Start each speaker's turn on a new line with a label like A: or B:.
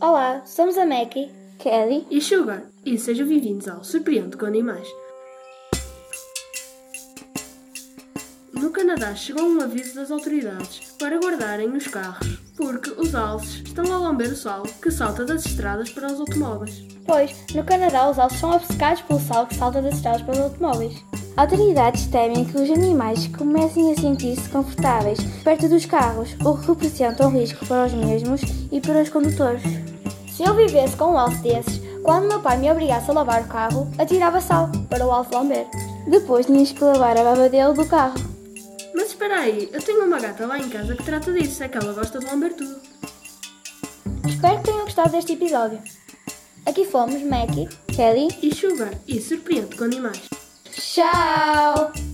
A: Olá, somos a Mackie, Kelly
B: e Sugar, e sejam bem-vindos ao Surpreendo com Animais. No Canadá chegou um aviso das autoridades para guardarem os carros, porque os alces estão a lamber o sal que salta das estradas para os automóveis.
A: Pois, no Canadá os alces são obcecados pelo sal que salta das estradas para os automóveis. Autoridades temem que os animais comecem a sentir-se confortáveis perto dos carros, o que representa um risco para os mesmos e para os condutores. Se eu vivesse com um alce desses, quando meu pai me obrigasse a lavar o carro, atirava sal para o alce lamber. Depois tinhas que lavar a baba dele do carro.
B: Mas espera aí, eu tenho uma gata lá em casa que trata disso, é que ela gosta de lamber tudo.
A: Espero que tenham gostado deste episódio. Aqui fomos Mackie, Kelly
B: E Sugar, e surpreende com animais.
A: Tchau!